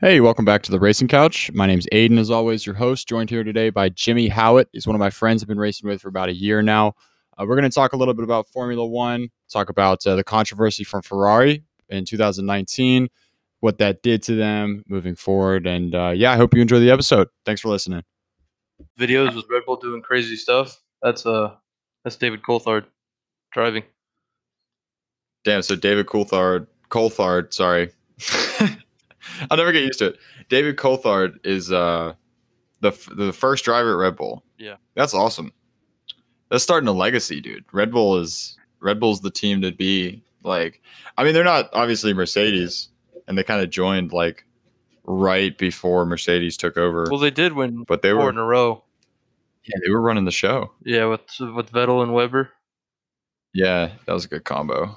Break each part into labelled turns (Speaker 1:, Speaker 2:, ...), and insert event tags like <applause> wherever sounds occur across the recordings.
Speaker 1: Hey, welcome back to the Racing Couch. My name's Aiden, as always, your host, joined here today by Jimmy Howitt. He's one of my friends I've been racing with for about a year now. Uh, we're going to talk a little bit about Formula One, talk about uh, the controversy from Ferrari in 2019, what that did to them moving forward. And uh, yeah, I hope you enjoy the episode. Thanks for listening.
Speaker 2: Videos with Red Bull doing crazy stuff. That's uh, that's David Coulthard driving.
Speaker 1: Damn, so David Coulthard, Coulthard, sorry. <laughs> I'll never get used to it. David Coulthard is uh, the f- the first driver at Red Bull.
Speaker 2: Yeah.
Speaker 1: that's awesome. That's starting a legacy, dude. Red Bull is Red Bull's the team to be. Like, I mean, they're not obviously Mercedes, and they kind of joined like right before Mercedes took over.
Speaker 2: Well, they did win
Speaker 1: but they
Speaker 2: four
Speaker 1: were
Speaker 2: in a row.
Speaker 1: yeah, they were running the show.
Speaker 2: Yeah, with with Vettel and Weber.
Speaker 1: Yeah, that was a good combo.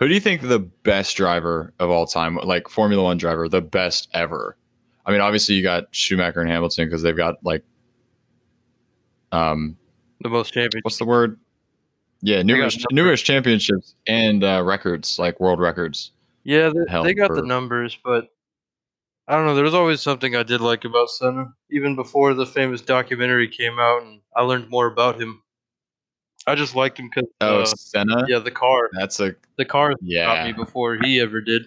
Speaker 1: Who do you think the best driver of all time, like Formula One driver, the best ever? I mean, obviously you got Schumacher and Hamilton because they've got like, um,
Speaker 2: The most championships.
Speaker 1: what's the word? Yeah, numerous
Speaker 2: numbers.
Speaker 1: numerous championships and uh, records, like world records.
Speaker 2: Yeah, they,
Speaker 1: Hell,
Speaker 2: they got the
Speaker 1: for-
Speaker 2: numbers, but I don't know. There was always something I did like about Senna, even before the famous documentary came out, and I learned more about him. I just liked him because
Speaker 1: Oh, Senna.
Speaker 2: Uh, yeah, the car,
Speaker 1: That's a
Speaker 2: the car got me
Speaker 1: yeah.
Speaker 2: before he ever did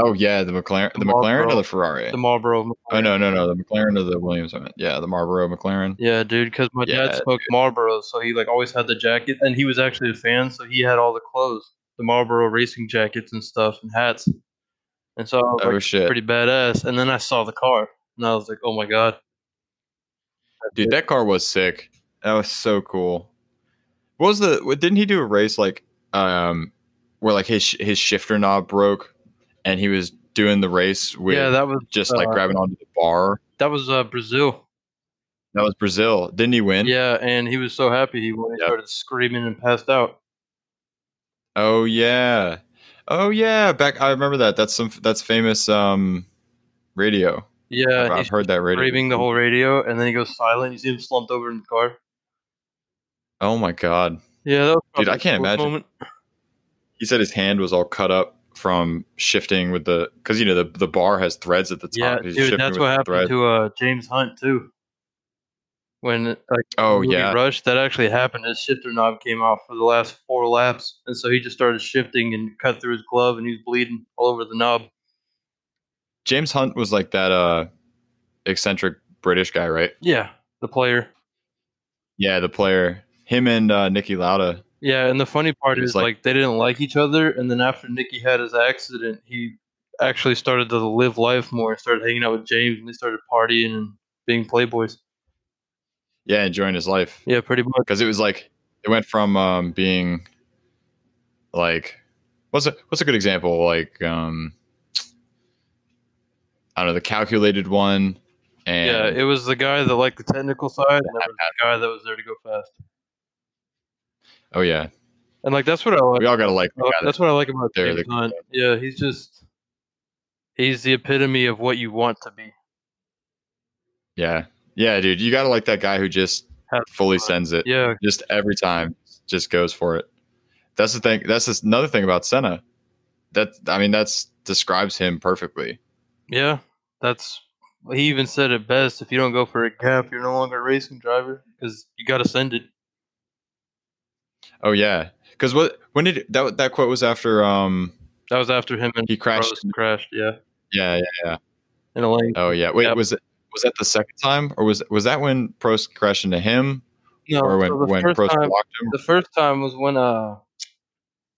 Speaker 1: Oh yeah, the McLaren, the,
Speaker 2: The
Speaker 1: McLaren
Speaker 2: Marlboro-
Speaker 1: or the Ferrari.
Speaker 2: the Marlboro.
Speaker 1: oh no, no, no, the McLaren or the Williams. I meant. Yeah, the Marlboro McLaren.
Speaker 2: Yeah, dude, because my
Speaker 1: Yeah,
Speaker 2: dad smoked Marlboro, so he like always had the jacket, and he was actually a fan, so he had all the clothes, the Marlboro racing jackets and stuff and hats, and so I was
Speaker 1: Oh
Speaker 2: like,
Speaker 1: shit,
Speaker 2: pretty badass. And then I saw the car, and I was like, oh my god.
Speaker 1: dude that car was sick that was so cool what was the what- didn't he do a race like um where like his sh- his shifter knob broke and he was doing the race with
Speaker 2: yeah, that was
Speaker 1: just like
Speaker 2: uh,
Speaker 1: grabbing onto the bar
Speaker 2: that was uh, Brazil.
Speaker 1: that was brazil didn't he win
Speaker 2: Yeah, and he was so happy he won. He
Speaker 1: Yep.
Speaker 2: started screaming and passed out.
Speaker 1: oh yeah oh yeah back i remember that that's some that's famous um radio I've-
Speaker 2: Yeah,
Speaker 1: i've
Speaker 2: he's
Speaker 1: heard that radio
Speaker 2: screaming the whole radio, and then he goes silent. You see him slumped over in the car.
Speaker 1: oh my god
Speaker 2: Yeah, that was
Speaker 1: Dude, I
Speaker 2: probably the
Speaker 1: can't
Speaker 2: coolest
Speaker 1: imagine.
Speaker 2: Moment.
Speaker 1: he said his hand was all cut up from shifting with the because you know the, the bar has threads at the
Speaker 2: Yeah,
Speaker 1: top He's
Speaker 2: dude,
Speaker 1: shifting
Speaker 2: that's
Speaker 1: with
Speaker 2: what
Speaker 1: the threads.
Speaker 2: happened to uh, James Hunt too. When uh, like
Speaker 1: oh
Speaker 2: the movie
Speaker 1: yeah
Speaker 2: Rush, that actually happened. His shifter knob came off for the last four laps, and so he just started shifting and cut through his glove, and he was bleeding all over the knob.
Speaker 1: James Hunt was like that uh eccentric British guy, right?
Speaker 2: Yeah, the player.
Speaker 1: Yeah, the player. Him and uh, Nicky Lauda.
Speaker 2: Yeah, and the funny part
Speaker 1: It was
Speaker 2: is
Speaker 1: like-
Speaker 2: like, they didn't like each other, and then after Nikki had his accident, he actually started to live life more and started hanging out with James, and they started partying and being playboys.
Speaker 1: Yeah, enjoying his life
Speaker 2: Yeah, pretty much.
Speaker 1: because it was like it went from um, being like what's a what's a good example like um I don't know the calculated one and
Speaker 2: yeah, it was the guy that liked the technical side, and there was the guy that was there to go fast.
Speaker 1: oh yeah
Speaker 2: And like that's what I
Speaker 1: we
Speaker 2: like.
Speaker 1: all gotta like the
Speaker 2: uh,
Speaker 1: guy that-
Speaker 2: That's what I like about
Speaker 1: They're
Speaker 2: James
Speaker 1: the-
Speaker 2: Hunt. Yeah, he's just he's the epitome of what you want to be.
Speaker 1: yeah yeah dude you gotta like that guy who just
Speaker 2: Has
Speaker 1: fully
Speaker 2: fun.
Speaker 1: sends it
Speaker 2: Yeah,
Speaker 1: just every time just goes for it that's the thing that's just another thing about senna that i mean that's describes him perfectly
Speaker 2: yeah. That's he even said it best. If you don't go for a gap, you're no longer a racing driver because you got to send it.
Speaker 1: oh yeah because what when did that that quote was after um
Speaker 2: That was after him and
Speaker 1: he crashed
Speaker 2: Rose crashed. Yeah,
Speaker 1: yeah, yeah
Speaker 2: in a lane.
Speaker 1: oh yeah wait
Speaker 2: Yep.
Speaker 1: was it was that the second time or was was that when prost crashed into him
Speaker 2: No,
Speaker 1: or when
Speaker 2: so the
Speaker 1: when
Speaker 2: first
Speaker 1: prost
Speaker 2: time,
Speaker 1: blocked him
Speaker 2: the first time was when uh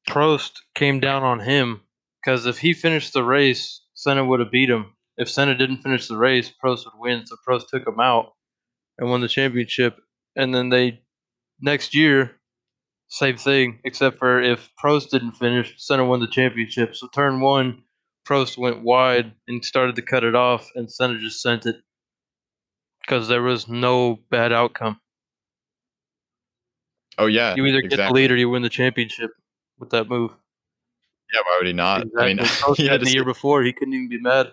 Speaker 2: Prost came down on him because if he finished the race, Senna would have beat him. If Senna didn't finish the race, Prost would win. So Prost took him out and won the championship. And then they next year, same thing, except for if Prost didn't finish, Senna won the championship. So turn one, Prost went wide and started to cut it off, and Senna just sent it because there was no bad outcome.
Speaker 1: oh yeah
Speaker 2: You either get the
Speaker 1: exactly.
Speaker 2: lead or you win the championship with that move.
Speaker 1: yeah why would he not i mean <laughs>
Speaker 2: Exactly.
Speaker 1: he
Speaker 2: Prost
Speaker 1: had
Speaker 2: had
Speaker 1: to
Speaker 2: the year
Speaker 1: sit-
Speaker 2: before, he couldn't even be mad.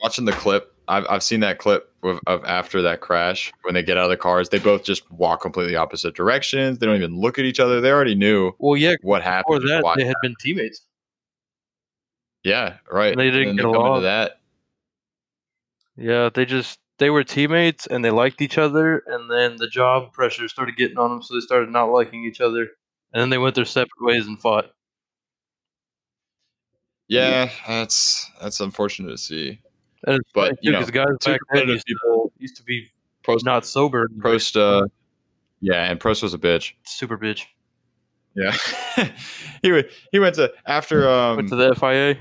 Speaker 1: watching the clip I've, I've seen that clip of, of after that crash when they get out of the cars they both just walk completely opposite directions they don't even look at each other they already knew
Speaker 2: Well, yeah,
Speaker 1: what
Speaker 2: before
Speaker 1: happened.
Speaker 2: that
Speaker 1: why-
Speaker 2: they had been teammates.
Speaker 1: Yeah, right.
Speaker 2: They
Speaker 1: And
Speaker 2: didn't
Speaker 1: then
Speaker 2: get
Speaker 1: come into
Speaker 2: along.
Speaker 1: that.
Speaker 2: Yeah, they just they were teammates and they liked each other, and then the job pressure started getting on them, so they started not liking each other, and then they went their separate ways and fought.
Speaker 1: Yeah, that's that's unfortunate to see.
Speaker 2: And it's
Speaker 1: But,
Speaker 2: funny,
Speaker 1: you
Speaker 2: too,
Speaker 1: know,
Speaker 2: 'cause guys
Speaker 1: two
Speaker 2: back then
Speaker 1: competitive
Speaker 2: used
Speaker 1: people-
Speaker 2: to, used to be
Speaker 1: Prost,
Speaker 2: not sober, and
Speaker 1: Prost, uh, yeah, and Prost was a bitch.
Speaker 2: super bitch.
Speaker 1: Yeah, <laughs> he wa- he went to after um
Speaker 2: Went to the FIA.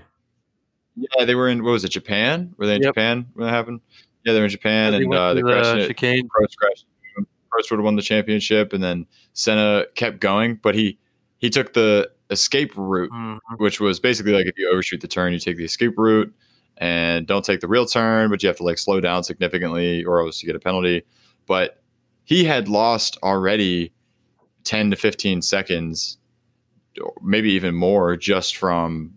Speaker 1: yeah they were in what was it Japan? Were they in
Speaker 2: Yep.
Speaker 1: Japan when that happened? Yeah, they were in Japan
Speaker 2: They
Speaker 1: and
Speaker 2: went
Speaker 1: uh,
Speaker 2: to
Speaker 1: they crashed.
Speaker 2: the
Speaker 1: into-
Speaker 2: chicane.
Speaker 1: Prost crashed. into him. Prost would have won the championship, and then Senna kept going, but he he took the escape route,
Speaker 2: Mhm.
Speaker 1: which was basically like if you overshoot the turn, you take the escape route, and don't take the real turn, but you have to like slow down significantly, or else you get a penalty. But he had lost already ten to fifteen seconds, or maybe even more, just from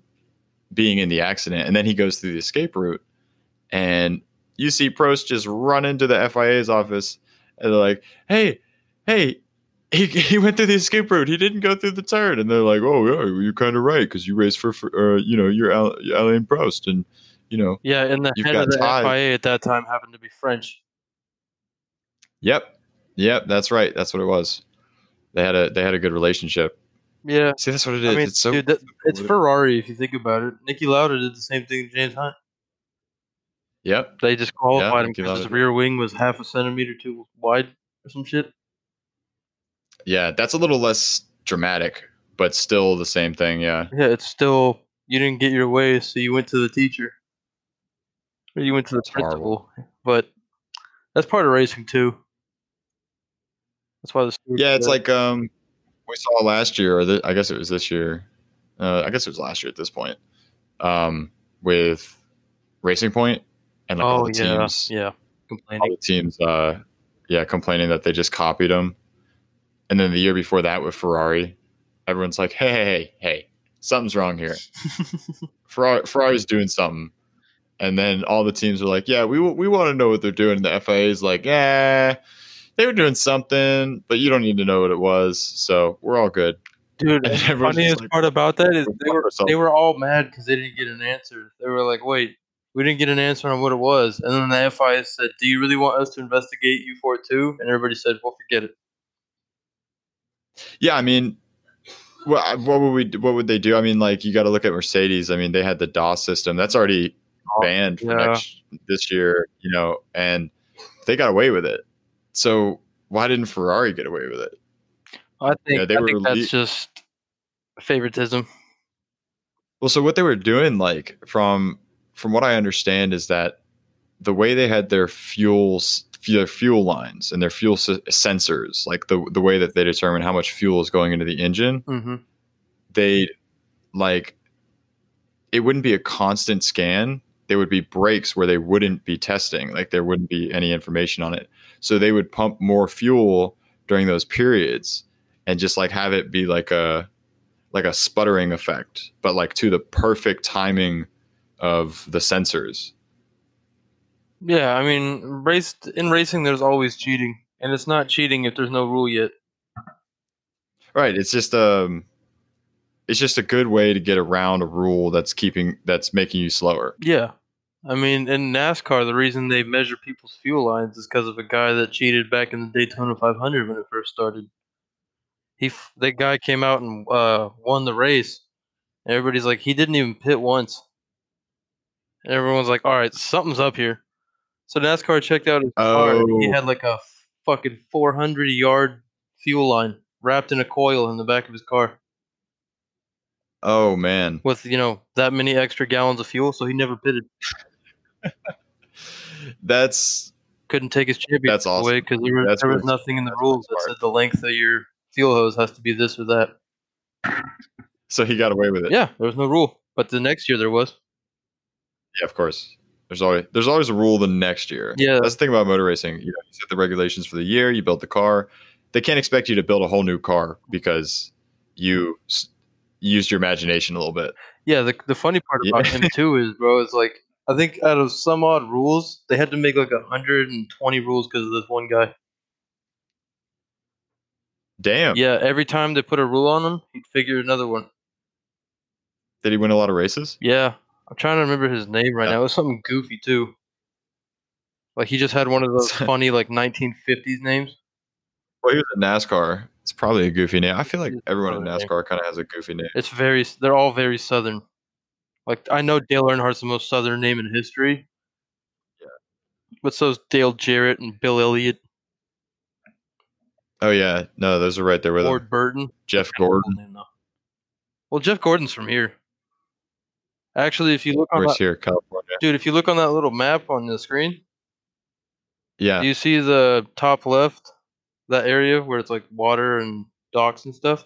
Speaker 1: being in the accident, and then he goes through the escape route, and you see Prost just run into the FIA's office, and they're like, "Hey, hey." He, he went through the escape route. He didn't go through the turn, and they're like, "Oh yeah, you're kind of right because you raced for, for uh, you know you're Al- Alain Prost, and you know
Speaker 2: Yeah, and the
Speaker 1: You've
Speaker 2: head of
Speaker 1: got
Speaker 2: the
Speaker 1: tied.
Speaker 2: FIA at that time happened to be French.
Speaker 1: Yep. Yep, that's right. That's what it was. They had a they had a good relationship.
Speaker 2: Yeah,
Speaker 1: See, that's what it
Speaker 2: I
Speaker 1: is.
Speaker 2: mean,
Speaker 1: it's so
Speaker 2: dude, that, it's
Speaker 1: what it-
Speaker 2: Ferrari if you think about it. Nicky Lauda did the same thing to James Hunt.
Speaker 1: Yep.
Speaker 2: They just qualified him
Speaker 1: Niki
Speaker 2: because his
Speaker 1: Lauda.
Speaker 2: rear wing was half a centimeter too wide or some shit.
Speaker 1: Yeah, that's a little less dramatic, but still the same thing, yeah.
Speaker 2: Yeah, it's still you didn't get your way, so you went to the teacher. Or you went to the
Speaker 1: That's
Speaker 2: principal.
Speaker 1: horrible.
Speaker 2: But that's part of racing too. That's why the stewards
Speaker 1: Yeah, it's
Speaker 2: do it.
Speaker 1: like um we saw last year or th- I guess it was this year. Uh, I guess it was last year at this point. Um with Racing Point and like all
Speaker 2: oh
Speaker 1: the
Speaker 2: yeah,
Speaker 1: teams
Speaker 2: yeah,
Speaker 1: all
Speaker 2: complaining.
Speaker 1: the teams uh yeah complaining that they just copied him and then the year before that with ferrari everyone's like hey hey hey, hey something's wrong here ferrari, ferrari's doing something and then all the teams are like yeah we, we want to know what they're doing and the fia is like yeah they were doing something but you don't need to know what it was so we're all good
Speaker 2: Dude,
Speaker 1: And
Speaker 2: the
Speaker 1: <laughs> everyone's just
Speaker 2: funniest
Speaker 1: like,
Speaker 2: part about that is
Speaker 1: "We're
Speaker 2: they were
Speaker 1: ourselves."
Speaker 2: they were all mad because they didn't get an answer. They were like, "Wait, we didn't get an answer on what it was." And then the FIA said, "Do you really want us to investigate you for it too?" And everybody said, "Well, forget it."
Speaker 1: Yeah, I mean, what what would we what would they do? I mean, like you got to look at Mercedes. I mean, they had the DOS system that's already
Speaker 2: Oh,
Speaker 1: banned for
Speaker 2: yeah.
Speaker 1: next this year, you know, and they got away with it. So why didn't Ferrari get away with it?
Speaker 2: I think,
Speaker 1: Yeah, they
Speaker 2: I
Speaker 1: were
Speaker 2: think
Speaker 1: le-
Speaker 2: that's just favoritism.
Speaker 1: Well, so what they were doing, like from from what I understand, is that the way they had their fuels, their fuel lines, and their fuel s- sensors, like the the way that they determine how much fuel is going into the engine,
Speaker 2: Mm-hmm.
Speaker 1: they like it wouldn't be a constant scan there would be breaks where they wouldn't be testing like there wouldn't be any information on it so they would pump more fuel during those periods and just like have it be like a like a sputtering effect but like to the perfect timing of the sensors
Speaker 2: Yeah, I mean, race in racing, there's always cheating, and it's not cheating if there's no rule yet.
Speaker 1: Right. It's just um it's just a good way to get around a rule that's keeping that's making you slower.
Speaker 2: Yeah, I mean, in NASCAR, the reason they measure people's fuel lines is because of a guy that cheated back in the Daytona 500 when it first started. He, f- that guy came out and uh, won the race. And everybody's like, he didn't even pit once. And everyone's like, all right, something's up here. So NASCAR checked out his car. and He
Speaker 1: Oh.
Speaker 2: had like a fucking 400 yard fuel line wrapped in a coil in the back of his car
Speaker 1: Oh man.
Speaker 2: with you know that many extra gallons of fuel. So he never pitted.
Speaker 1: That's
Speaker 2: couldn't take his championship
Speaker 1: That's awesome.
Speaker 2: away because there, was-
Speaker 1: That's
Speaker 2: there was
Speaker 1: really
Speaker 2: nothing in the
Speaker 1: That's really
Speaker 2: rules that
Speaker 1: smart.
Speaker 2: said the length of your fuel hose has to be this or that.
Speaker 1: so he got away with it.
Speaker 2: Yeah, there was no rule. But the next year there was.
Speaker 1: Yeah, of course. There's always there's always a rule the next year.
Speaker 2: Yeah.
Speaker 1: that's the thing about motor racing. You, know, you set the regulations for the year. You build the car. They can't expect you to build a whole new car because you s- used your imagination a little bit.
Speaker 2: Yeah, the, the funny part
Speaker 1: Yeah.
Speaker 2: about him
Speaker 1: <laughs>
Speaker 2: too is, bro, is like I think out of some odd rules they had to make like 120 rules because of this one guy.
Speaker 1: Damn.
Speaker 2: Yeah, every time they put a rule on him, he'd figure another one.
Speaker 1: Did he win a lot of races?
Speaker 2: Yeah, I'm trying to remember his name right
Speaker 3: Yeah.
Speaker 2: now. It was something goofy too. Like he just had one of
Speaker 1: <laughs>
Speaker 2: those funny like 1950s names.
Speaker 1: Well, he was in NASCAR. It's probably a goofy name. I feel like
Speaker 2: It's
Speaker 1: everyone in
Speaker 2: probably-
Speaker 1: NASCAR kind of has a goofy name.
Speaker 2: It's very. They're all very southern. Like I know Dale Earnhardt's the most southern name in history. Yeah. But so's Dale Jarrett and Bill Elliott,
Speaker 1: Oh yeah, no, those are right there with him.
Speaker 2: Ward Burton.
Speaker 1: Jeff Gordon.
Speaker 2: Name, though. Well, Jeff Gordon's from here. Actually, if you look on
Speaker 1: Where's
Speaker 2: that,
Speaker 1: here, California?
Speaker 2: dude, if you look on that little map on the screen,
Speaker 1: Yeah,
Speaker 2: do you see the top left, that area where it's like water and docks and stuff?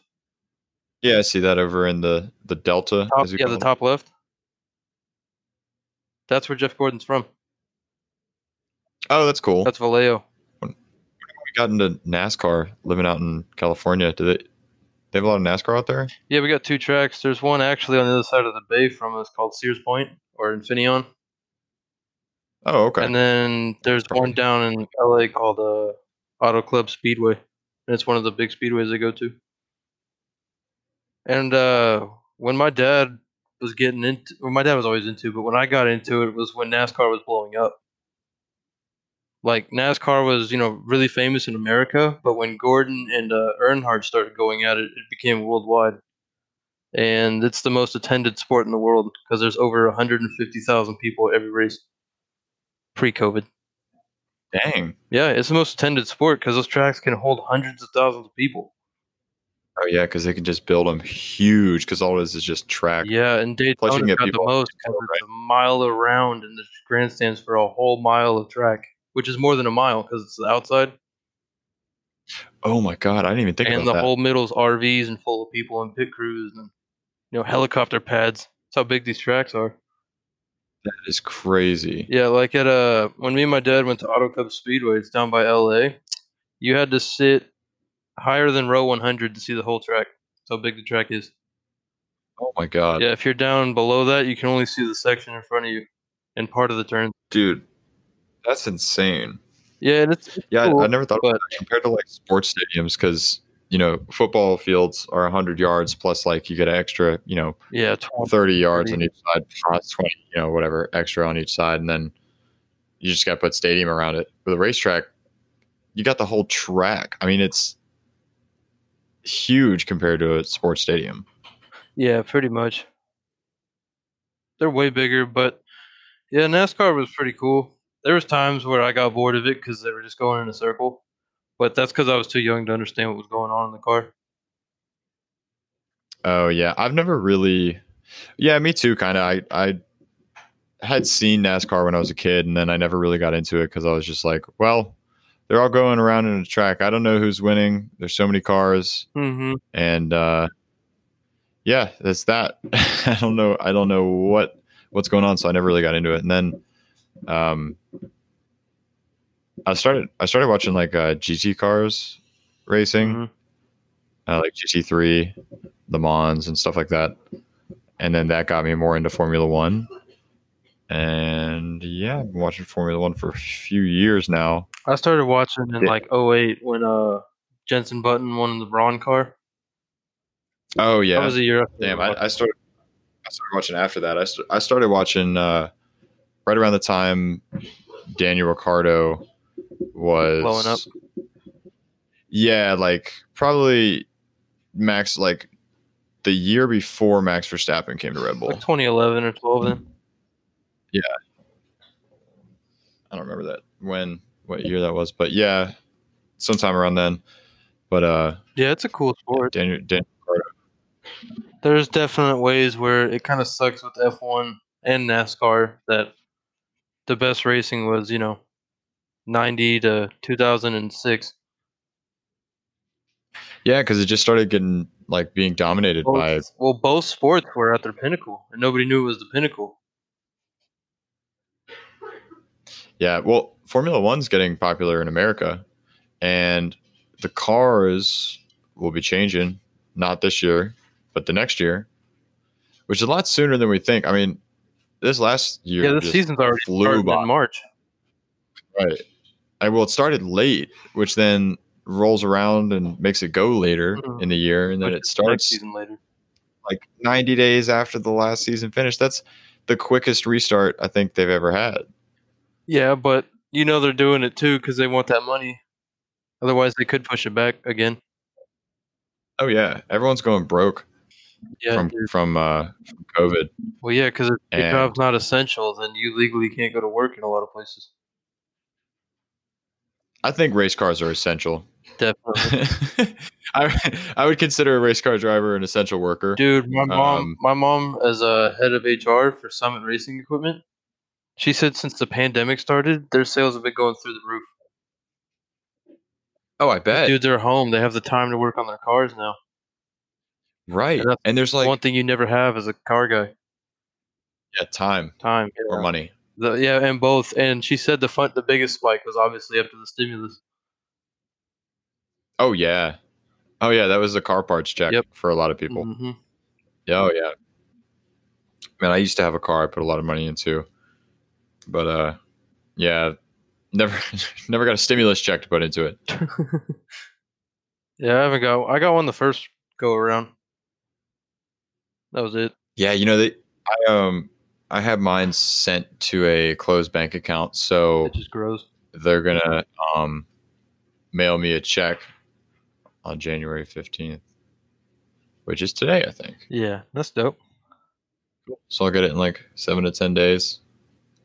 Speaker 1: yeah, I see that over in the the Delta.
Speaker 2: Top,
Speaker 1: as we
Speaker 2: yeah,
Speaker 1: call
Speaker 2: the
Speaker 1: it.
Speaker 2: top left. That's where Jeff Gordon's from.
Speaker 1: Oh, that's cool.
Speaker 2: That's Vallejo.
Speaker 1: we got into NASCAR living out in California. Do they? They have a lot of NASCAR out there.
Speaker 2: Yeah, we got two tracks. There's one actually on the other side of the bay from us called Sears Point or Infineon.
Speaker 1: Oh, okay.
Speaker 2: And then there's
Speaker 1: probably-
Speaker 2: one down in LA called uh, Auto Club Speedway. And it's one of the big speedways I go to. And uh, when my dad was getting into, well, my dad was always into, but when I got into it was when NASCAR was blowing up. Like NASCAR was, you know, really famous in America, but when Gordon and uh, Earnhardt started going at it, it became worldwide. And it's the most attended sport in the world because there's over 150,000 people at every race pre-COVID.
Speaker 1: Dang.
Speaker 2: Yeah, it's the most attended sport because those tracks can hold hundreds of thousands of people.
Speaker 1: Oh yeah, because they can just build them huge. Because all it is is just track.
Speaker 2: Yeah, and
Speaker 1: can
Speaker 2: Daytona
Speaker 1: get
Speaker 2: got the
Speaker 1: people
Speaker 2: most because it's a mile around and the grandstands for a whole mile of track, which is more than a mile because it's the outside
Speaker 1: Oh my god, I didn't even think
Speaker 2: and the
Speaker 1: about that.
Speaker 2: whole middle's RVs and full of people and pit crews and you know helicopter pads. That's how big these tracks are.
Speaker 1: that is crazy.
Speaker 2: Yeah, like at uh when me and my dad went to Auto Club Speedway, it's down by LA. You had to sit higher than row 100 to see the whole track. That's how big the track is.
Speaker 1: Oh my god,
Speaker 2: Yeah, if you're down below that, you can only see the section in front of you and part of the turn.
Speaker 1: dude, that's insane.
Speaker 2: Yeah, and it's
Speaker 1: Yeah, I-
Speaker 2: cool,
Speaker 1: I, never thought about
Speaker 2: but-
Speaker 1: that compared to like sports stadiums because you know football fields are 100 yards plus like you get an extra you know
Speaker 2: yeah, tw-
Speaker 1: 30 yards on each side plus 20 you know whatever extra on each side and then you just got to put stadium around it with a racetrack you got the whole track i mean it's huge compared to a sports stadium
Speaker 2: yeah, pretty much. They're way bigger, but yeah, NASCAR was pretty cool. There was times where I got bored of it because they were just going in a circle, but that's because I was too young to understand what was going on in the car.
Speaker 1: oh yeah i've never really yeah me too kind of i i had seen nascar when i was a kid and then i never really got into it because i was just like well they're all going around in a track i don't know who's winning there's so many cars
Speaker 2: Mm-hmm.
Speaker 1: and uh yeah that's that <laughs> i don't know i don't know what what's going on so i never really got into it and then um i started i started watching like uh gt cars racing uh, like gt3 the mons and stuff like that and then that got me more into formula one and yeah i've been watching formula one for a few years now
Speaker 2: I started watching in
Speaker 1: Yeah.
Speaker 2: like 08 when uh Jensen Button won the Braun car.
Speaker 1: oh yeah
Speaker 2: That was a year. after
Speaker 1: Damn,
Speaker 2: I,
Speaker 1: I, I started. I started watching after that. I, st- I started watching uh, right around the time Daniel Ricardo was
Speaker 2: Blowing up.
Speaker 1: Yeah, like probably Max, like the year before Max Verstappen came to Red
Speaker 2: like <laughs>
Speaker 1: Bull.
Speaker 2: 2011 or 12 then.
Speaker 1: I don't remember that when what year that was, but yeah, sometime around then. But uh,
Speaker 2: Yeah, it's a cool sport.
Speaker 1: Daniel, Dan,
Speaker 2: there's definite ways where it kind of sucks with F1 and NASCAR that the best racing was, you know, 90 to 2006.
Speaker 1: yeah, because it just started getting like being dominated by
Speaker 2: Both, well, both sports were at their pinnacle, and nobody knew it was the pinnacle.
Speaker 1: Yeah, well, Formula One's getting popular in America, and the cars will be changing, not this year, but the next year, which is a lot sooner than we think. I mean, this last year,
Speaker 2: yeah, this
Speaker 1: just
Speaker 2: season's already
Speaker 1: flew
Speaker 2: started
Speaker 1: by.
Speaker 2: in March.
Speaker 1: right. I, well, it started late, which then rolls around and makes it go later
Speaker 2: Mhm.
Speaker 1: in the year, and then
Speaker 2: which
Speaker 1: it
Speaker 2: is the next
Speaker 1: starts
Speaker 2: season later.
Speaker 1: like 90 days after the last season finished. That's the quickest restart I think they've ever had.
Speaker 2: Yeah, but you know they're doing it too because they want that money. Otherwise, they could push it back again.
Speaker 1: Oh yeah, everyone's going broke
Speaker 2: Yeah.
Speaker 1: from from, uh, from COVID.
Speaker 2: well, yeah, because if your
Speaker 1: And-
Speaker 2: job's not essential, then you legally can't go to work in a lot of places.
Speaker 1: I think race cars are essential. <laughs>
Speaker 2: Definitely.
Speaker 1: I I would consider a race car driver an essential worker.
Speaker 2: Dude, my mom,
Speaker 1: Um,
Speaker 2: my mom is a head of HR for Summit Racing Equipment. She said since the pandemic started, their sales have been going through the roof.
Speaker 1: oh, I bet.
Speaker 2: Dudes are home; they have the time to work on their cars now.
Speaker 1: right.
Speaker 2: and that's
Speaker 1: And there's like
Speaker 2: One thing you never have as a car guy:
Speaker 1: yeah, time
Speaker 2: time.
Speaker 1: or money.
Speaker 2: The, yeah, and both. And she said the fun, the biggest spike was obviously after the stimulus.
Speaker 1: Oh yeah. Oh yeah, that was the car parts check
Speaker 2: Yep.
Speaker 1: for a lot of people.
Speaker 2: hmm
Speaker 1: Yeah, oh yeah. Man, I used to have a car I put a lot of money into. But uh yeah, never <laughs> never got a stimulus check to put into it.
Speaker 2: Yeah, I haven't got. I got one the first go around. That was it.
Speaker 1: Yeah, you know they I um I had mine sent to a closed bank account, so
Speaker 2: It just grows.
Speaker 1: they're gonna um mail me a check on January fifteenth, which is today, I think.
Speaker 2: Yeah, that's dope.
Speaker 1: So I'll get it in like seven to ten days,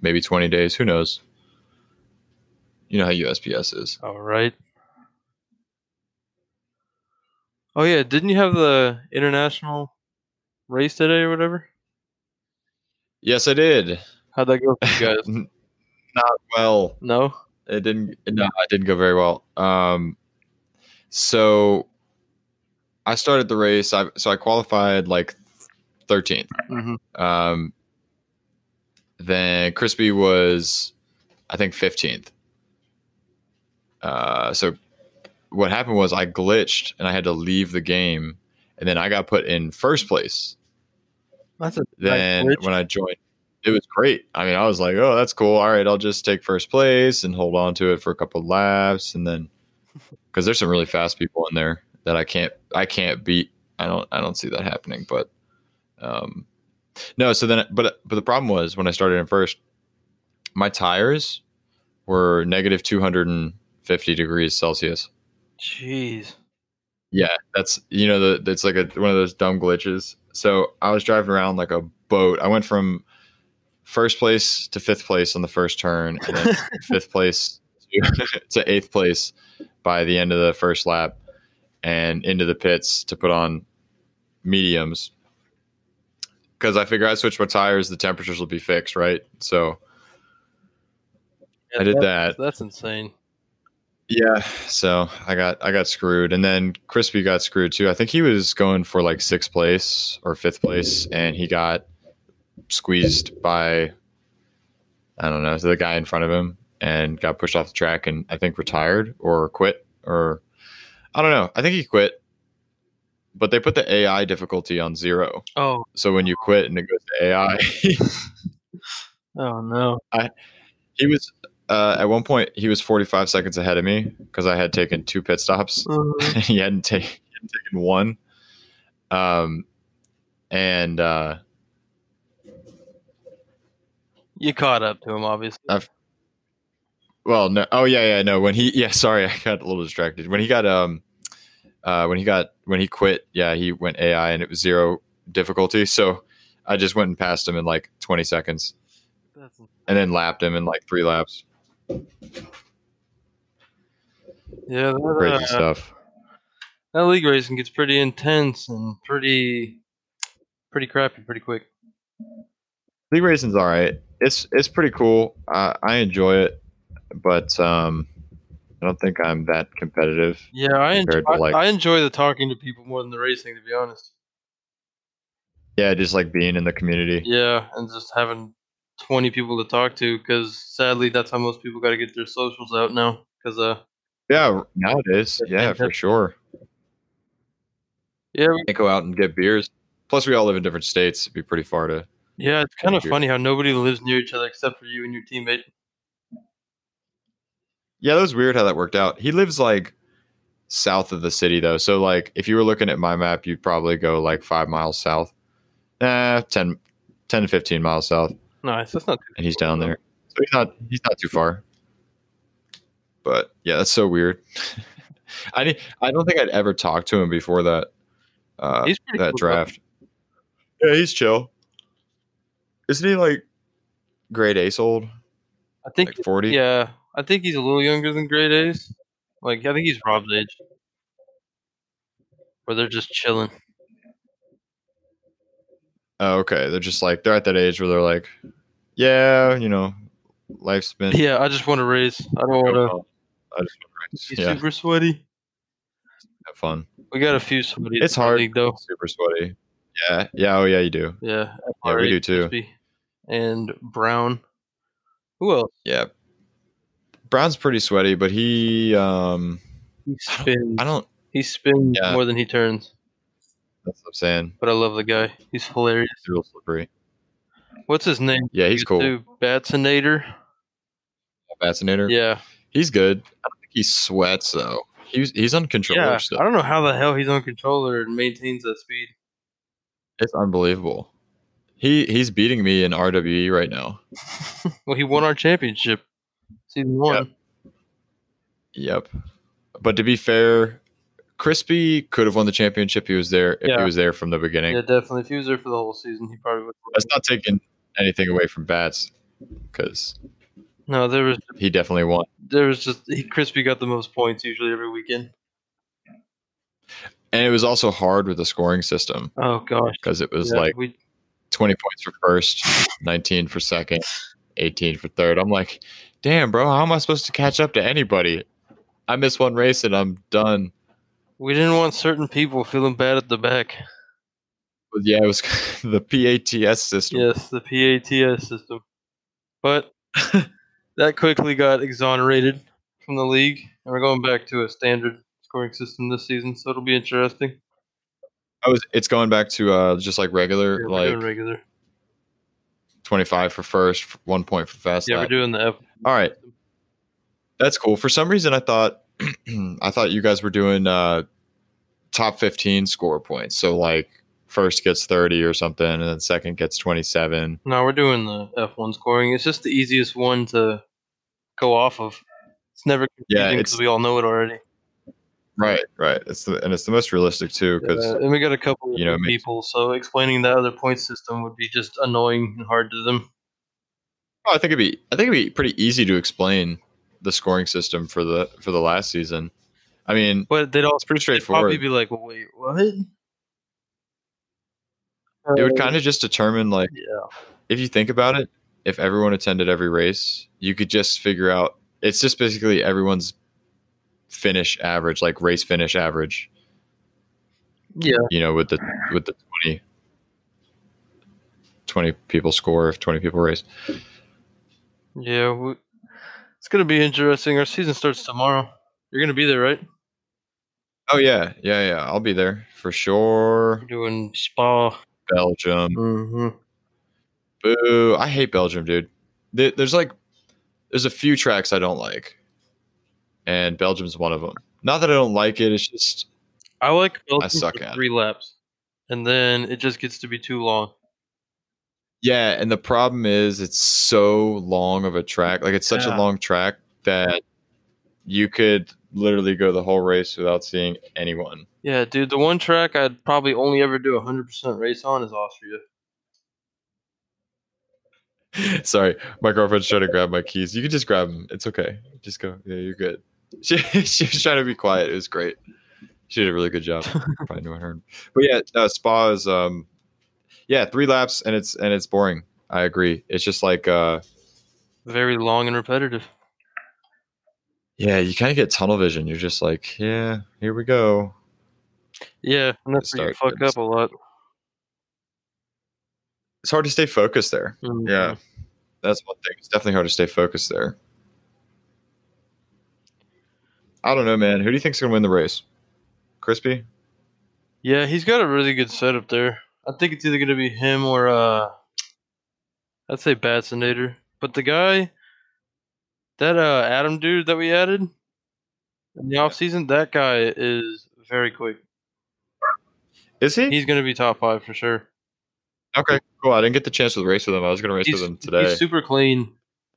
Speaker 1: maybe twenty days. Who knows? You know how USPS is.
Speaker 2: All right. Oh yeah, didn't you have the international race today or whatever?
Speaker 1: Yes, I did. <laughs>
Speaker 2: How'd that go for you guys?
Speaker 1: N- Not well.
Speaker 2: No.
Speaker 1: It didn't. No, it didn't go very well. Um, so I started the race. I so I qualified like thirteenth.
Speaker 2: Mm-hmm.
Speaker 1: Um, then Crispy was, I think, 15th. Uh, so what happened was I glitched and I had to leave the game, and then I got put in first place.
Speaker 2: That's a
Speaker 1: Then
Speaker 2: glitch.
Speaker 1: when I joined, it was great. I mean, I was like, oh, that's cool. All right, I'll just take first place and hold on to it for a couple laps, and then because there's some really fast people in there that I can't I can't beat. I don't I don't see that happening, but um, no. So then, but but the problem was when I started in first, my tires were negative 250 degrees Celsius.
Speaker 2: jeez.
Speaker 1: Yeah, that's you know the it's like a one of those dumb glitches. So I was driving around like a boat. I went from first place to fifth place on the first turn, and then fifth place to, to eighth place by the end of the first lap, and into the pits to put on mediums. Because I figure I switch my tires, the temperatures will be fixed, right? So I did that.
Speaker 2: That's insane.
Speaker 1: Yeah, so I got I got screwed, and then Crispy got screwed too. I think he was going for like sixth place or fifth place, and he got squeezed by I don't know the guy in front of him, and got pushed off the track, and I think retired or quit or I don't know. I think he quit, but they put the AI difficulty on zero,
Speaker 2: Oh.
Speaker 1: so when you quit and it goes to AI,
Speaker 2: Oh no.
Speaker 1: <laughs>
Speaker 2: <laughs>
Speaker 1: he was uh, at one point he was forty five seconds ahead of me because I had taken two pit stops. <laughs>
Speaker 2: Uh,
Speaker 1: he hadn't, ta- he hadn't taken one. Um, and uh,
Speaker 2: you caught up to him, obviously.
Speaker 1: well, no, oh yeah, yeah, no. When he, yeah, sorry, <laughs> I got a little distracted. When he got, um, uh, when he got, when he quit, yeah, he went AI and it was zero difficulty. So I just went and passed him in like 20 seconds,
Speaker 2: That's ins-
Speaker 1: and then lapped him in like three laps.
Speaker 2: yeah. That,
Speaker 1: Crazy
Speaker 2: uh,
Speaker 1: stuff.
Speaker 2: that league racing gets pretty intense and pretty, pretty crappy, pretty quick.
Speaker 1: League racing's all right. It's it's pretty cool. I, I enjoy it, but um, I don't think I'm that competitive.
Speaker 2: Yeah, I enjoy,
Speaker 1: compared to, like-
Speaker 2: I enjoy the talking to people more than the racing, to be honest.
Speaker 1: Yeah, just like being in the community.
Speaker 2: Yeah, and just having 20 people to talk to, because sadly, that's how most people got to get their socials out now. Because uh,
Speaker 1: Yeah, nowadays. Yeah, for sure.
Speaker 2: yeah, we-
Speaker 1: Can't go out and get beers. Plus, we all live in different states. It'd be pretty far to.
Speaker 2: yeah, it's kind of
Speaker 1: Thank you.
Speaker 2: funny how nobody lives near each other except for you and your teammate.
Speaker 1: Yeah, that was weird how that worked out. He lives like south of the city, though. So, like, if you were looking at my map, you'd probably go like five miles south. Nah, 10, 10 Eh, to 15 miles south,
Speaker 2: Nice. That's not. too
Speaker 1: and he's
Speaker 2: far,
Speaker 1: down
Speaker 2: though.
Speaker 1: there. So he's not he's not too far. But yeah, that's so weird. <laughs> I didn't- I don't think I'd ever talked to him before that uh,
Speaker 2: He's
Speaker 1: <laughs>
Speaker 2: pretty
Speaker 1: that
Speaker 2: cool, though.
Speaker 1: draft. Yeah, he's chill. Isn't he like grade ace old?
Speaker 2: I think.
Speaker 1: Like 40?
Speaker 2: Yeah, I think he's a little younger than Grade A's. Like I think he's Rob's age, where they're just chilling.
Speaker 1: Oh, okay. They're just like they're at that age where they're like, yeah, you know, life's been.
Speaker 2: Yeah, I just want to raise. I don't want to.
Speaker 1: I just want to
Speaker 2: He's
Speaker 1: yeah,
Speaker 2: super sweaty.
Speaker 1: have fun.
Speaker 2: We got a few sweaties.
Speaker 1: It's
Speaker 2: in the
Speaker 1: hard.
Speaker 2: league, though.
Speaker 1: Super sweaty. Yeah. Yeah. Oh, yeah. You do.
Speaker 2: Yeah, at
Speaker 1: Yeah,
Speaker 2: our
Speaker 1: we do
Speaker 2: age,
Speaker 1: too.
Speaker 2: Crispy And Brown. Who else?
Speaker 1: Yeah. Brown's pretty sweaty, but he, um,
Speaker 2: He spins.
Speaker 1: I don't.
Speaker 2: He spins
Speaker 1: Yeah.
Speaker 2: more than he turns.
Speaker 1: That's what I'm saying.
Speaker 2: But I love the guy. He's hilarious.
Speaker 1: He's real slippery.
Speaker 2: What's his name?
Speaker 1: Yeah, he's cool.
Speaker 2: Too? Batsinator.
Speaker 1: Fascinator.
Speaker 2: Yeah.
Speaker 1: He's good. I don't think he sweats though. He's he's uncontrollable
Speaker 2: Yeah. I
Speaker 1: still.
Speaker 2: don't know how the hell he's on controller and maintains that speed.
Speaker 1: It's unbelievable. He he's beating me in RWE right now.
Speaker 2: well, he won our championship, season one.
Speaker 1: Yep. But to be fair, Crispy could have won the championship. He was there if
Speaker 2: Yeah.
Speaker 1: he was there from the
Speaker 2: Yeah,
Speaker 1: beginning.
Speaker 2: definitely. If he was there for the whole season, he probably would.
Speaker 1: That's not taking anything away from Bats because
Speaker 2: No, there was
Speaker 1: he definitely won.
Speaker 2: there was just he, Crispy got the most points usually every weekend.
Speaker 1: And it was also hard with the scoring system
Speaker 2: Oh gosh,
Speaker 1: because it was
Speaker 2: Yeah,
Speaker 1: like
Speaker 2: we
Speaker 1: 20 points for first, 19 for second, 18 for third. I'm like, damn, bro, how am I supposed to catch up to anybody? I miss one race and I'm done.
Speaker 2: we didn't want certain people feeling bad at the back.
Speaker 1: But yeah, it was <laughs> the PATS system.
Speaker 2: Yes, the PATS system. But that quickly got exonerated from the league, and we're going back to a standard scoring system this season, so it'll be interesting.
Speaker 1: I was, it's going back to uh, just like regular,
Speaker 2: Yeah, we're
Speaker 1: like
Speaker 2: doing regular.
Speaker 1: 25 for first, f- one point for fast.
Speaker 2: Yeah, we're
Speaker 1: lap.
Speaker 2: doing the F.
Speaker 1: All right. That's cool. For some reason, I thought <clears throat> I thought you guys were doing uh, top fifteen score points. So like first gets thirty or something, and then second gets twenty seven.
Speaker 2: No, we're doing the F1 scoring. It's just the easiest one to go off of. It's never
Speaker 1: Yeah,
Speaker 2: confusing because
Speaker 1: it's-
Speaker 2: we all know it already.
Speaker 1: Right, right. It's the and it's the most realistic too because
Speaker 2: Uh, and we got a couple
Speaker 1: you know,
Speaker 2: of
Speaker 1: it makes-
Speaker 2: people, so explaining the other point system would be just annoying and hard to them.
Speaker 1: oh, I think it'd be I think it'd be pretty easy to explain the scoring system for the for the last season. I mean,
Speaker 2: But they'd all
Speaker 1: it's pretty
Speaker 2: they'd probably
Speaker 1: straightforward.
Speaker 2: be like, "Wait, what?"
Speaker 1: it would kind of just determine like
Speaker 2: Uh, Yeah.
Speaker 1: if you think about it, if everyone attended every race, you could just figure out it's just basically everyone's finish average, like race finish average,
Speaker 2: Yeah.
Speaker 1: you know, with the with the 20, 20 people score if 20 people race.
Speaker 2: Yeah. We, it's gonna be interesting. Our season starts tomorrow. You're gonna be there, right?
Speaker 1: Oh yeah, yeah, yeah. I'll be there for sure.
Speaker 2: We're doing Spa.
Speaker 1: Belgium.
Speaker 2: hmm
Speaker 1: Boo. I hate Belgium, dude. There- There's like there's a few tracks I don't like. And Belgium's one of them. Not that I don't like it, it's just
Speaker 2: I like Belgium
Speaker 1: suck
Speaker 2: for
Speaker 1: at it.
Speaker 2: three laps, and then it just gets to be too long.
Speaker 1: Yeah, and the problem is it's so long of a track. Like it's such
Speaker 2: Yeah.
Speaker 1: a long track that you could literally go the whole race without seeing anyone. <laughs>
Speaker 2: Yeah, dude, the one track I'd probably only ever do a 100% race on is Austria.
Speaker 1: Sorry, my girlfriend's trying to grab my keys. You can just grab them. It's okay. Just go. Yeah, you're good. <laughs> She, she was trying to be quiet. It was great. She did a really good job. Probably doing her. But yeah, uh, Spa is um, yeah, three laps and it's and it's boring. I agree. It's just like uh,
Speaker 2: Very long and repetitive.
Speaker 1: yeah, you kind of get tunnel vision. You're just like, yeah, here we go.
Speaker 2: Yeah, and that's where you
Speaker 1: start
Speaker 2: fuck
Speaker 1: with.
Speaker 2: up a lot.
Speaker 1: it's hard to stay focused there.
Speaker 2: Mhm.
Speaker 1: Yeah. That's one thing. It's definitely hard to stay focused there. I don't know, man. Who do you think's gonna win the race? Crispy?
Speaker 2: Yeah, he's got a really good setup there. I think it's either going to be him or, uh, I'd say Batsinator. But the guy, that uh, Adam dude that we added in the off offseason, that guy is very quick.
Speaker 1: Is he?
Speaker 2: He's going to be top five for sure.
Speaker 1: okay, cool. I didn't get the chance to race with him. I was going to race
Speaker 2: He's,
Speaker 1: with him today.
Speaker 2: he's super clean,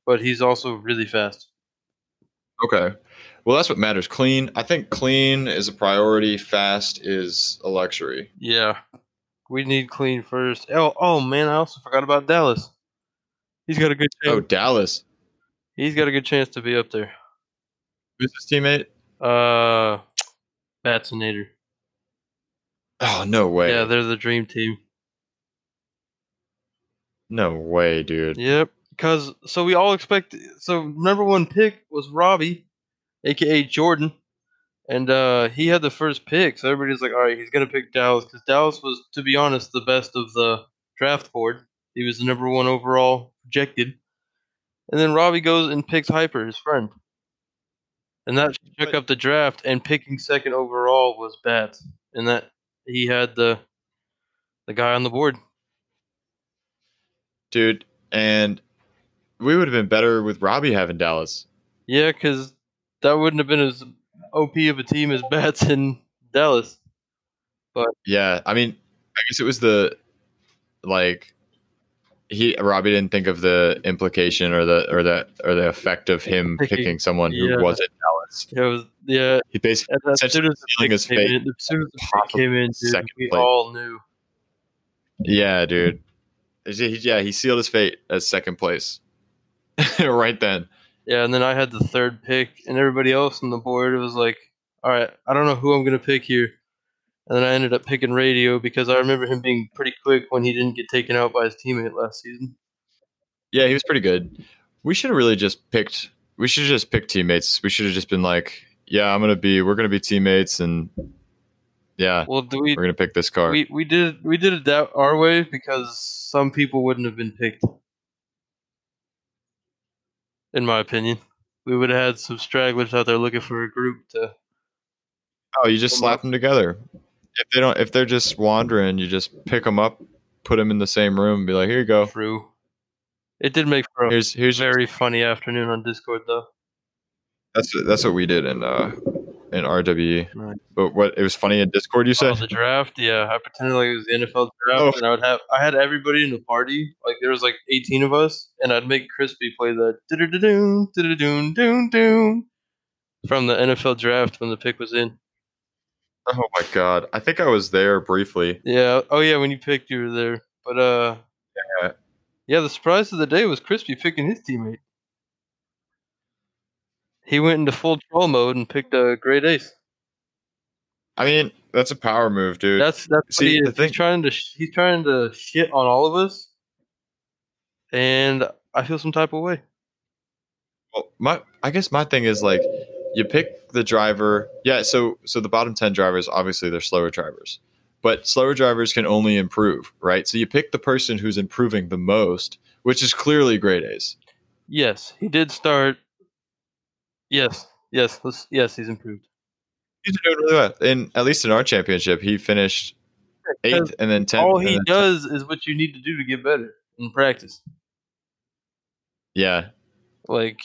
Speaker 2: but he's also really fast.
Speaker 1: Okay. Well, that's what matters. Clean. I think clean is a priority. Fast is a luxury.
Speaker 2: Yeah. We need clean first. Oh, oh man, I also forgot about Dallas. He's got a good chance.
Speaker 1: Oh, Dallas.
Speaker 2: He's got a good chance to be up there.
Speaker 1: Who's his teammate?
Speaker 2: Uh Batsinator.
Speaker 1: Oh, no way.
Speaker 2: Yeah, they're the dream team.
Speaker 1: no way, dude.
Speaker 2: Yep. Cause so we all expect so number one pick was Robbie, aka Jordan. And uh he had the first pick, so everybody's like, all right, he's gonna pick Dallas because Dallas was, to be honest, the best of the draft board. He was the number one overall projected. And then Robbie goes and picks Hyper, his friend. And that shook up the draft and picking second overall was Bats. And that he had the the guy on the board.
Speaker 1: Dude, and we would have been better with Robbie having Dallas.
Speaker 2: Yeah, because that wouldn't have been as OP of a team as Bats in Dallas.
Speaker 1: Yeah. I mean, I guess it was the like he Robbie didn't think of the implication or the or that or the effect of him
Speaker 2: Picking-
Speaker 1: picking someone who
Speaker 2: yeah.
Speaker 1: wasn't Dallas.
Speaker 2: It was yeah.
Speaker 1: He basically
Speaker 2: As, as
Speaker 1: Essentially
Speaker 2: soon as the
Speaker 1: sealing
Speaker 2: pick
Speaker 1: his
Speaker 2: came
Speaker 1: fate
Speaker 2: in, as soon as the pick
Speaker 1: possible
Speaker 2: came in, dude,
Speaker 1: second
Speaker 2: we
Speaker 1: place.
Speaker 2: all knew.
Speaker 1: Yeah, dude. Is he- Yeah, he sealed his fate as second place. <laughs> right then.
Speaker 2: Yeah, and then I had the third pick, and everybody else on the board was like, "All right, I don't know who I'm gonna pick here." And then I ended up picking Radio because I remember him being pretty quick when he didn't get taken out by his teammate last season.
Speaker 1: Yeah, he was pretty good. We should have really just picked. We should have just picked teammates. We should have just been like, yeah, I'm gonna be. We're gonna be teammates, and yeah,
Speaker 2: Well, do we
Speaker 1: we're gonna pick this car.
Speaker 2: we we did we did it that our way because some people wouldn't have been picked. In my opinion, we would have had some stragglers out there looking for a group to.
Speaker 1: oh, you just slap them together. If they don't, if they're just wandering, you just pick them up, put them in the same room, and be like, here you go.
Speaker 2: True. It did make for a
Speaker 1: Here's here's your
Speaker 2: very funny afternoon on Discord, though.
Speaker 1: That's that's what we did in uh in RWE.
Speaker 2: Right.
Speaker 1: But what it was funny in Discord you
Speaker 2: Oh,
Speaker 1: said?
Speaker 2: the draft, yeah. I pretended like it was the NFL draft,
Speaker 1: Oh.
Speaker 2: and I would have I had everybody in the party. Like there was like eighteen of us, and I'd make Crispy play the do doon doon doon from the NFL draft when the pick was in.
Speaker 1: Oh my god. I think I was there briefly.
Speaker 2: Yeah. Oh yeah, when you picked you were there. But uh
Speaker 1: Yeah.
Speaker 2: Yeah, the surprise of the day was Crispy picking his teammate. He went into full troll mode and picked a great ace.
Speaker 1: I mean, that's a power move, dude.
Speaker 2: That's that's
Speaker 1: See,
Speaker 2: what he
Speaker 1: the
Speaker 2: is.
Speaker 1: thing-
Speaker 2: he's trying to sh- he's trying to shit on all of us. And I feel some type of way.
Speaker 1: Well, my I guess my thing is like you pick the driver. Yeah, so so the bottom 10 drivers obviously they're slower drivers. But slower drivers can only improve, right? So you pick the person who's improving the most, which is clearly grade A's.
Speaker 2: Yes, he did start. Yes, yes, let's, yes, he's improved.
Speaker 1: He's doing really well. In at least in our championship, he finished eighth and then tenth.
Speaker 2: all
Speaker 1: and
Speaker 2: he
Speaker 1: then-
Speaker 2: does is what you need to do to get better in practice.
Speaker 1: Yeah,
Speaker 2: Like,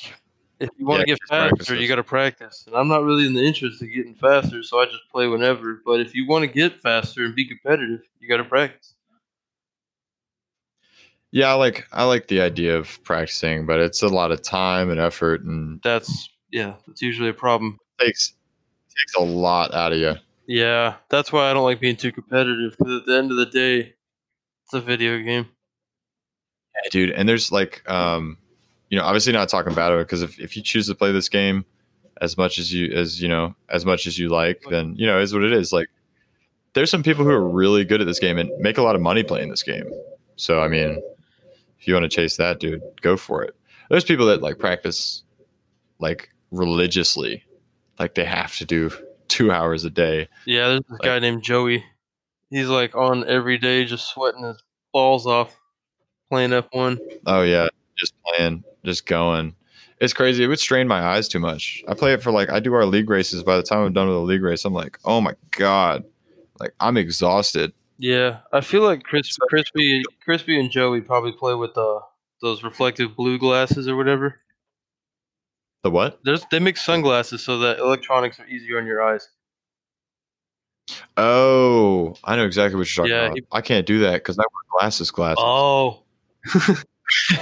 Speaker 2: if you want to
Speaker 1: Yeah,
Speaker 2: get
Speaker 1: just
Speaker 2: faster,
Speaker 1: practices.
Speaker 2: you got to practice. And I'm not really in the interest of getting faster, so I just play whenever. But if you want to get faster and be competitive, you got to practice.
Speaker 1: Yeah, I like I like the idea of practicing, but it's a lot of time and effort, and
Speaker 2: That's yeah, that's usually a problem.
Speaker 1: takes takes a lot out of you.
Speaker 2: Yeah, that's why I don't like being too competitive. Because at the end of the day, it's a video game.
Speaker 1: Yeah, dude. And there's like, um, you know, obviously not talking about it because if, if you choose to play this game as much as you as you know as much as you like, then you know it is what it is. Like, there's some people who are really good at this game and make a lot of money playing this game. So I mean, if you want to chase that, dude, go for it. There's people that like practice like religiously, like they have to do two hours a day.
Speaker 2: Yeah, there's this guy named Joey. He's like on every day, just sweating his balls off, playing F one.
Speaker 1: Oh yeah, just playing, just going. It's crazy. It would strain my eyes too much. I play it for like I do our league races. By the time I'm done with the league race, I'm like, oh my god, like I'm exhausted.
Speaker 2: Yeah, I feel like Cris-
Speaker 1: So-
Speaker 2: crispy, crispy, and Joey probably play with uh, those reflective blue glasses or whatever.
Speaker 1: The what?
Speaker 2: There's they make sunglasses so that electronics are easier on your eyes.
Speaker 1: Oh, I know exactly what you're talking
Speaker 2: Yeah,
Speaker 1: about.
Speaker 2: he-
Speaker 1: I can't do that because I wear glasses. Glasses.
Speaker 2: Oh,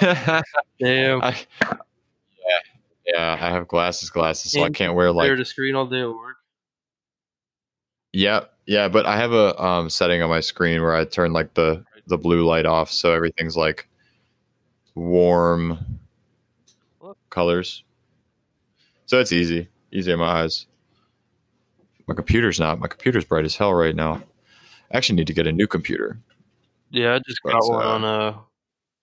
Speaker 2: damn.
Speaker 1: <laughs> I, yeah, yeah. I have glasses. Glasses, so I
Speaker 2: And
Speaker 1: can't wear like
Speaker 2: Stare at a screen all day at work.
Speaker 1: Yeah, yeah, but I have a um, setting on my screen where I turn like the the blue light off, so everything's like warm colors. So it's easy, easy on my eyes. My computer's not. My computer's bright as hell right now. I actually need to get a new computer.
Speaker 2: Yeah, I just got
Speaker 1: That's,
Speaker 2: one
Speaker 1: uh,
Speaker 2: on uh,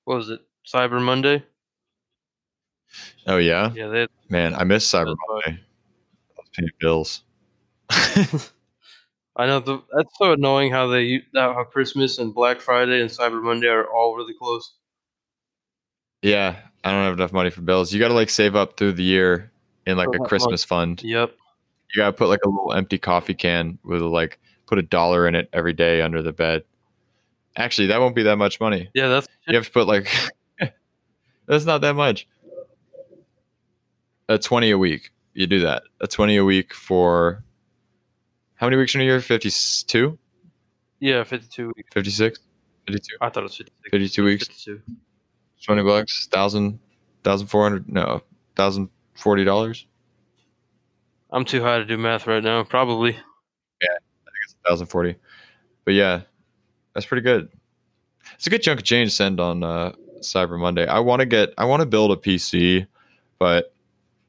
Speaker 2: what was it? Cyber Monday.
Speaker 1: Oh yeah,
Speaker 2: Yeah, they.
Speaker 1: man, I miss Cyber
Speaker 2: That's
Speaker 1: Monday. I was paying bills.
Speaker 2: I know the, that's so annoying how they u- that how Christmas and Black Friday and Cyber Monday are all really close.
Speaker 1: Yeah, I don't have enough money for bills. You got to like save up through the year in like
Speaker 2: Oh,
Speaker 1: a
Speaker 2: that- oh.
Speaker 1: Christmas fund.
Speaker 2: Yep.
Speaker 1: you gotta put like a little empty coffee can with like put a dollar in it every day under the bed. Actually, that won't be that much money.
Speaker 2: Yeah, that's
Speaker 1: You have to put like <laughs> that's not that much. A twenty a week. You do that. A twenty a week for how many weeks in a year? 52?
Speaker 2: yeah, fifty-two weeks.
Speaker 1: 56? 52?
Speaker 2: I thought it was fifty-six.
Speaker 1: 52 weeks.
Speaker 2: Fifty-two.
Speaker 1: 20 bucks? 1000 1400 No, $1,040?
Speaker 2: I'm too high to do math right now. Probably.
Speaker 1: 1040 but yeah that's pretty good it's a good chunk of change to send on uh, cyber monday i want to get i want to build a pc but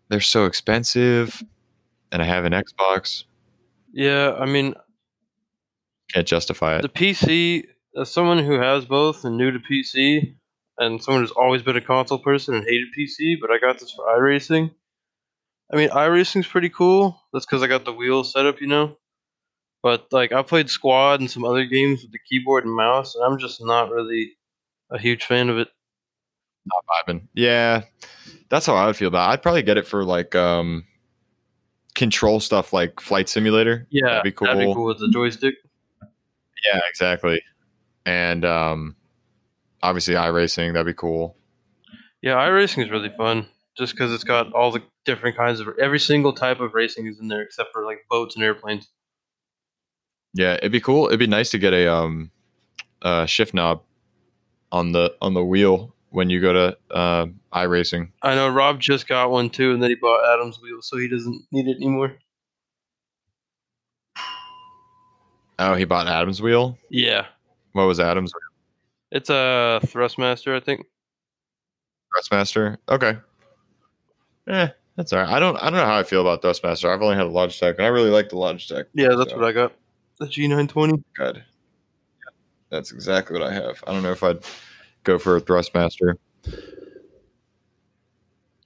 Speaker 1: they're so expensive and i have an xbox
Speaker 2: Yeah, I mean,
Speaker 1: can't justify
Speaker 2: the
Speaker 1: it
Speaker 2: PC, as someone who has both and new to PC, and someone who's always been a console person and hated PC, but I got this for iRacing. I mean, iRacing's pretty cool. That's because I got the wheel setup, you know? But, like, I played Squad and some other games with the keyboard and mouse, and I'm just not really a huge fan of it.
Speaker 1: Not vibing. yeah that's how i would feel about it i'd probably get it for like um control stuff like flight simulator
Speaker 2: Yeah,
Speaker 1: that'd be cool,
Speaker 2: That'd be cool with the joystick.
Speaker 1: yeah exactly and um obviously iracing that'd be cool
Speaker 2: Yeah, iRacing is really fun just because it's got all the different kinds of every single type of racing is in there except for like boats and airplanes.
Speaker 1: Yeah, it'd be cool. It'd be nice to get a um uh shift knob on the on the wheel when you go to uh, iRacing.
Speaker 2: I know Rob just got one too, and then he bought Adam's wheel, so he doesn't need it anymore.
Speaker 1: Oh, he bought Adam's wheel.
Speaker 2: Yeah,
Speaker 1: What was Adam's
Speaker 2: it's a Thrustmaster, I think.
Speaker 1: Thrustmaster? Okay. Eh, that's all right. I don't I don't know how I feel about Thrustmaster. I've only had a Logitech and I really like the Logitech.
Speaker 2: Yeah, that's
Speaker 1: Yeah.
Speaker 2: what I got. The G920.
Speaker 1: Good. That's exactly what I have. I don't know if I'd go for a Thrustmaster.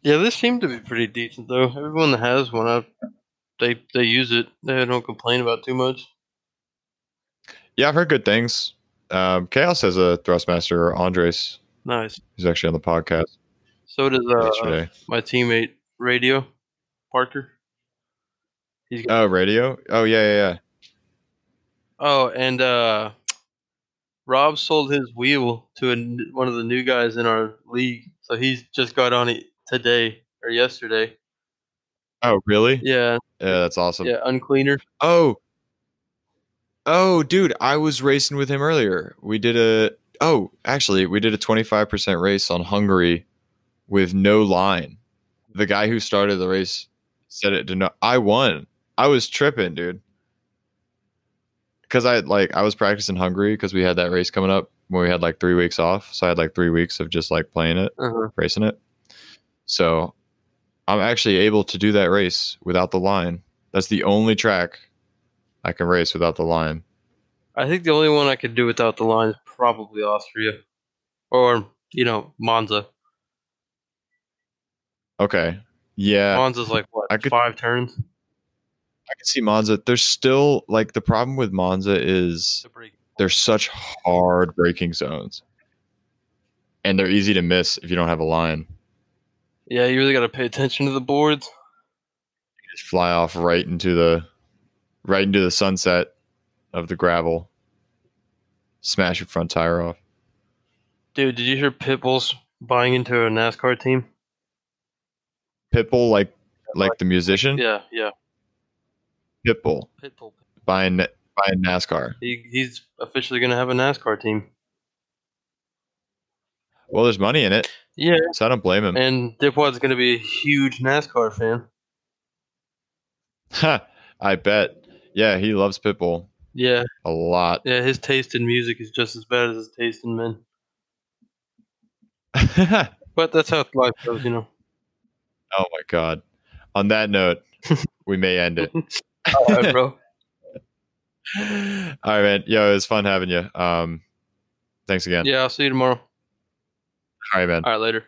Speaker 2: Yeah, this seemed to be pretty decent though. Everyone that has one, I, they they use it. They don't complain about it too much.
Speaker 1: Yeah, I've heard good things. Um, Chaos has a Thrustmaster. Andres,
Speaker 2: Nice.
Speaker 1: who's actually on the podcast
Speaker 2: So does uh,
Speaker 1: yesterday.
Speaker 2: my teammate Radio Parker. He's got,
Speaker 1: Oh, radio? Oh, yeah, yeah, yeah.
Speaker 2: oh, and uh, Rob sold his wheel to a n one of the new guys in our league, so he's just got on it today or yesterday.
Speaker 1: Oh, really? Yeah,
Speaker 2: Yeah,
Speaker 1: that's awesome.
Speaker 2: yeah, uncleaner.
Speaker 1: Oh. Oh, dude, I was racing with him earlier. We did a Oh, actually, we did a 25% race on Hungary with no line. The guy who started the race said it did not I won. I was tripping, dude. Cuz I had, like I was practicing Hungary cuz we had that race coming up when we had like 3 weeks off. So I had like 3 weeks of just like playing it
Speaker 2: Uh-huh.
Speaker 1: racing it. So I'm actually able to do that race without the line. That's the only track I can race without the line.
Speaker 2: I think the only one I could do without the line is probably Austria, or you know Monza.
Speaker 1: Okay. Yeah.
Speaker 2: Monza's like what
Speaker 1: I could-
Speaker 2: five turns.
Speaker 1: I can see Monza. There's still like the problem with Monza is
Speaker 2: It's a pretty-
Speaker 1: they're such hard braking zones. And they're easy to miss if you don't have a line.
Speaker 2: Yeah, you really got to pay attention to the boards.
Speaker 1: You just fly off right into the right into the sunset of the gravel. Smash your front tire off.
Speaker 2: Dude, did you hear Pitbull's buying into a NASCAR team?
Speaker 1: Pitbull like like the musician?
Speaker 2: Yeah, yeah.
Speaker 1: Pitbull.
Speaker 2: Pitbull.
Speaker 1: buying by NASCAR.
Speaker 2: He, he's officially going to have a NASCAR team.
Speaker 1: Well, there's money in it,
Speaker 2: Yeah,
Speaker 1: so I don't blame him.
Speaker 2: and Dipwad's going to be a huge NASCAR fan.
Speaker 1: Ha, <laughs> I bet. Yeah, he loves Pitbull
Speaker 2: Yeah,
Speaker 1: a lot. <laughs>
Speaker 2: yeah. His taste in music is just as bad as his taste in men.
Speaker 1: oh
Speaker 2: But that's how life goes, you know.
Speaker 1: my god. On that note, we may end it.
Speaker 2: All
Speaker 1: <laughs>
Speaker 2: right, bro.
Speaker 1: All right, man. Yo, it was fun having you. Um, thanks again.
Speaker 2: Yeah, I'll see you tomorrow.
Speaker 1: All right, man.
Speaker 2: All right, later.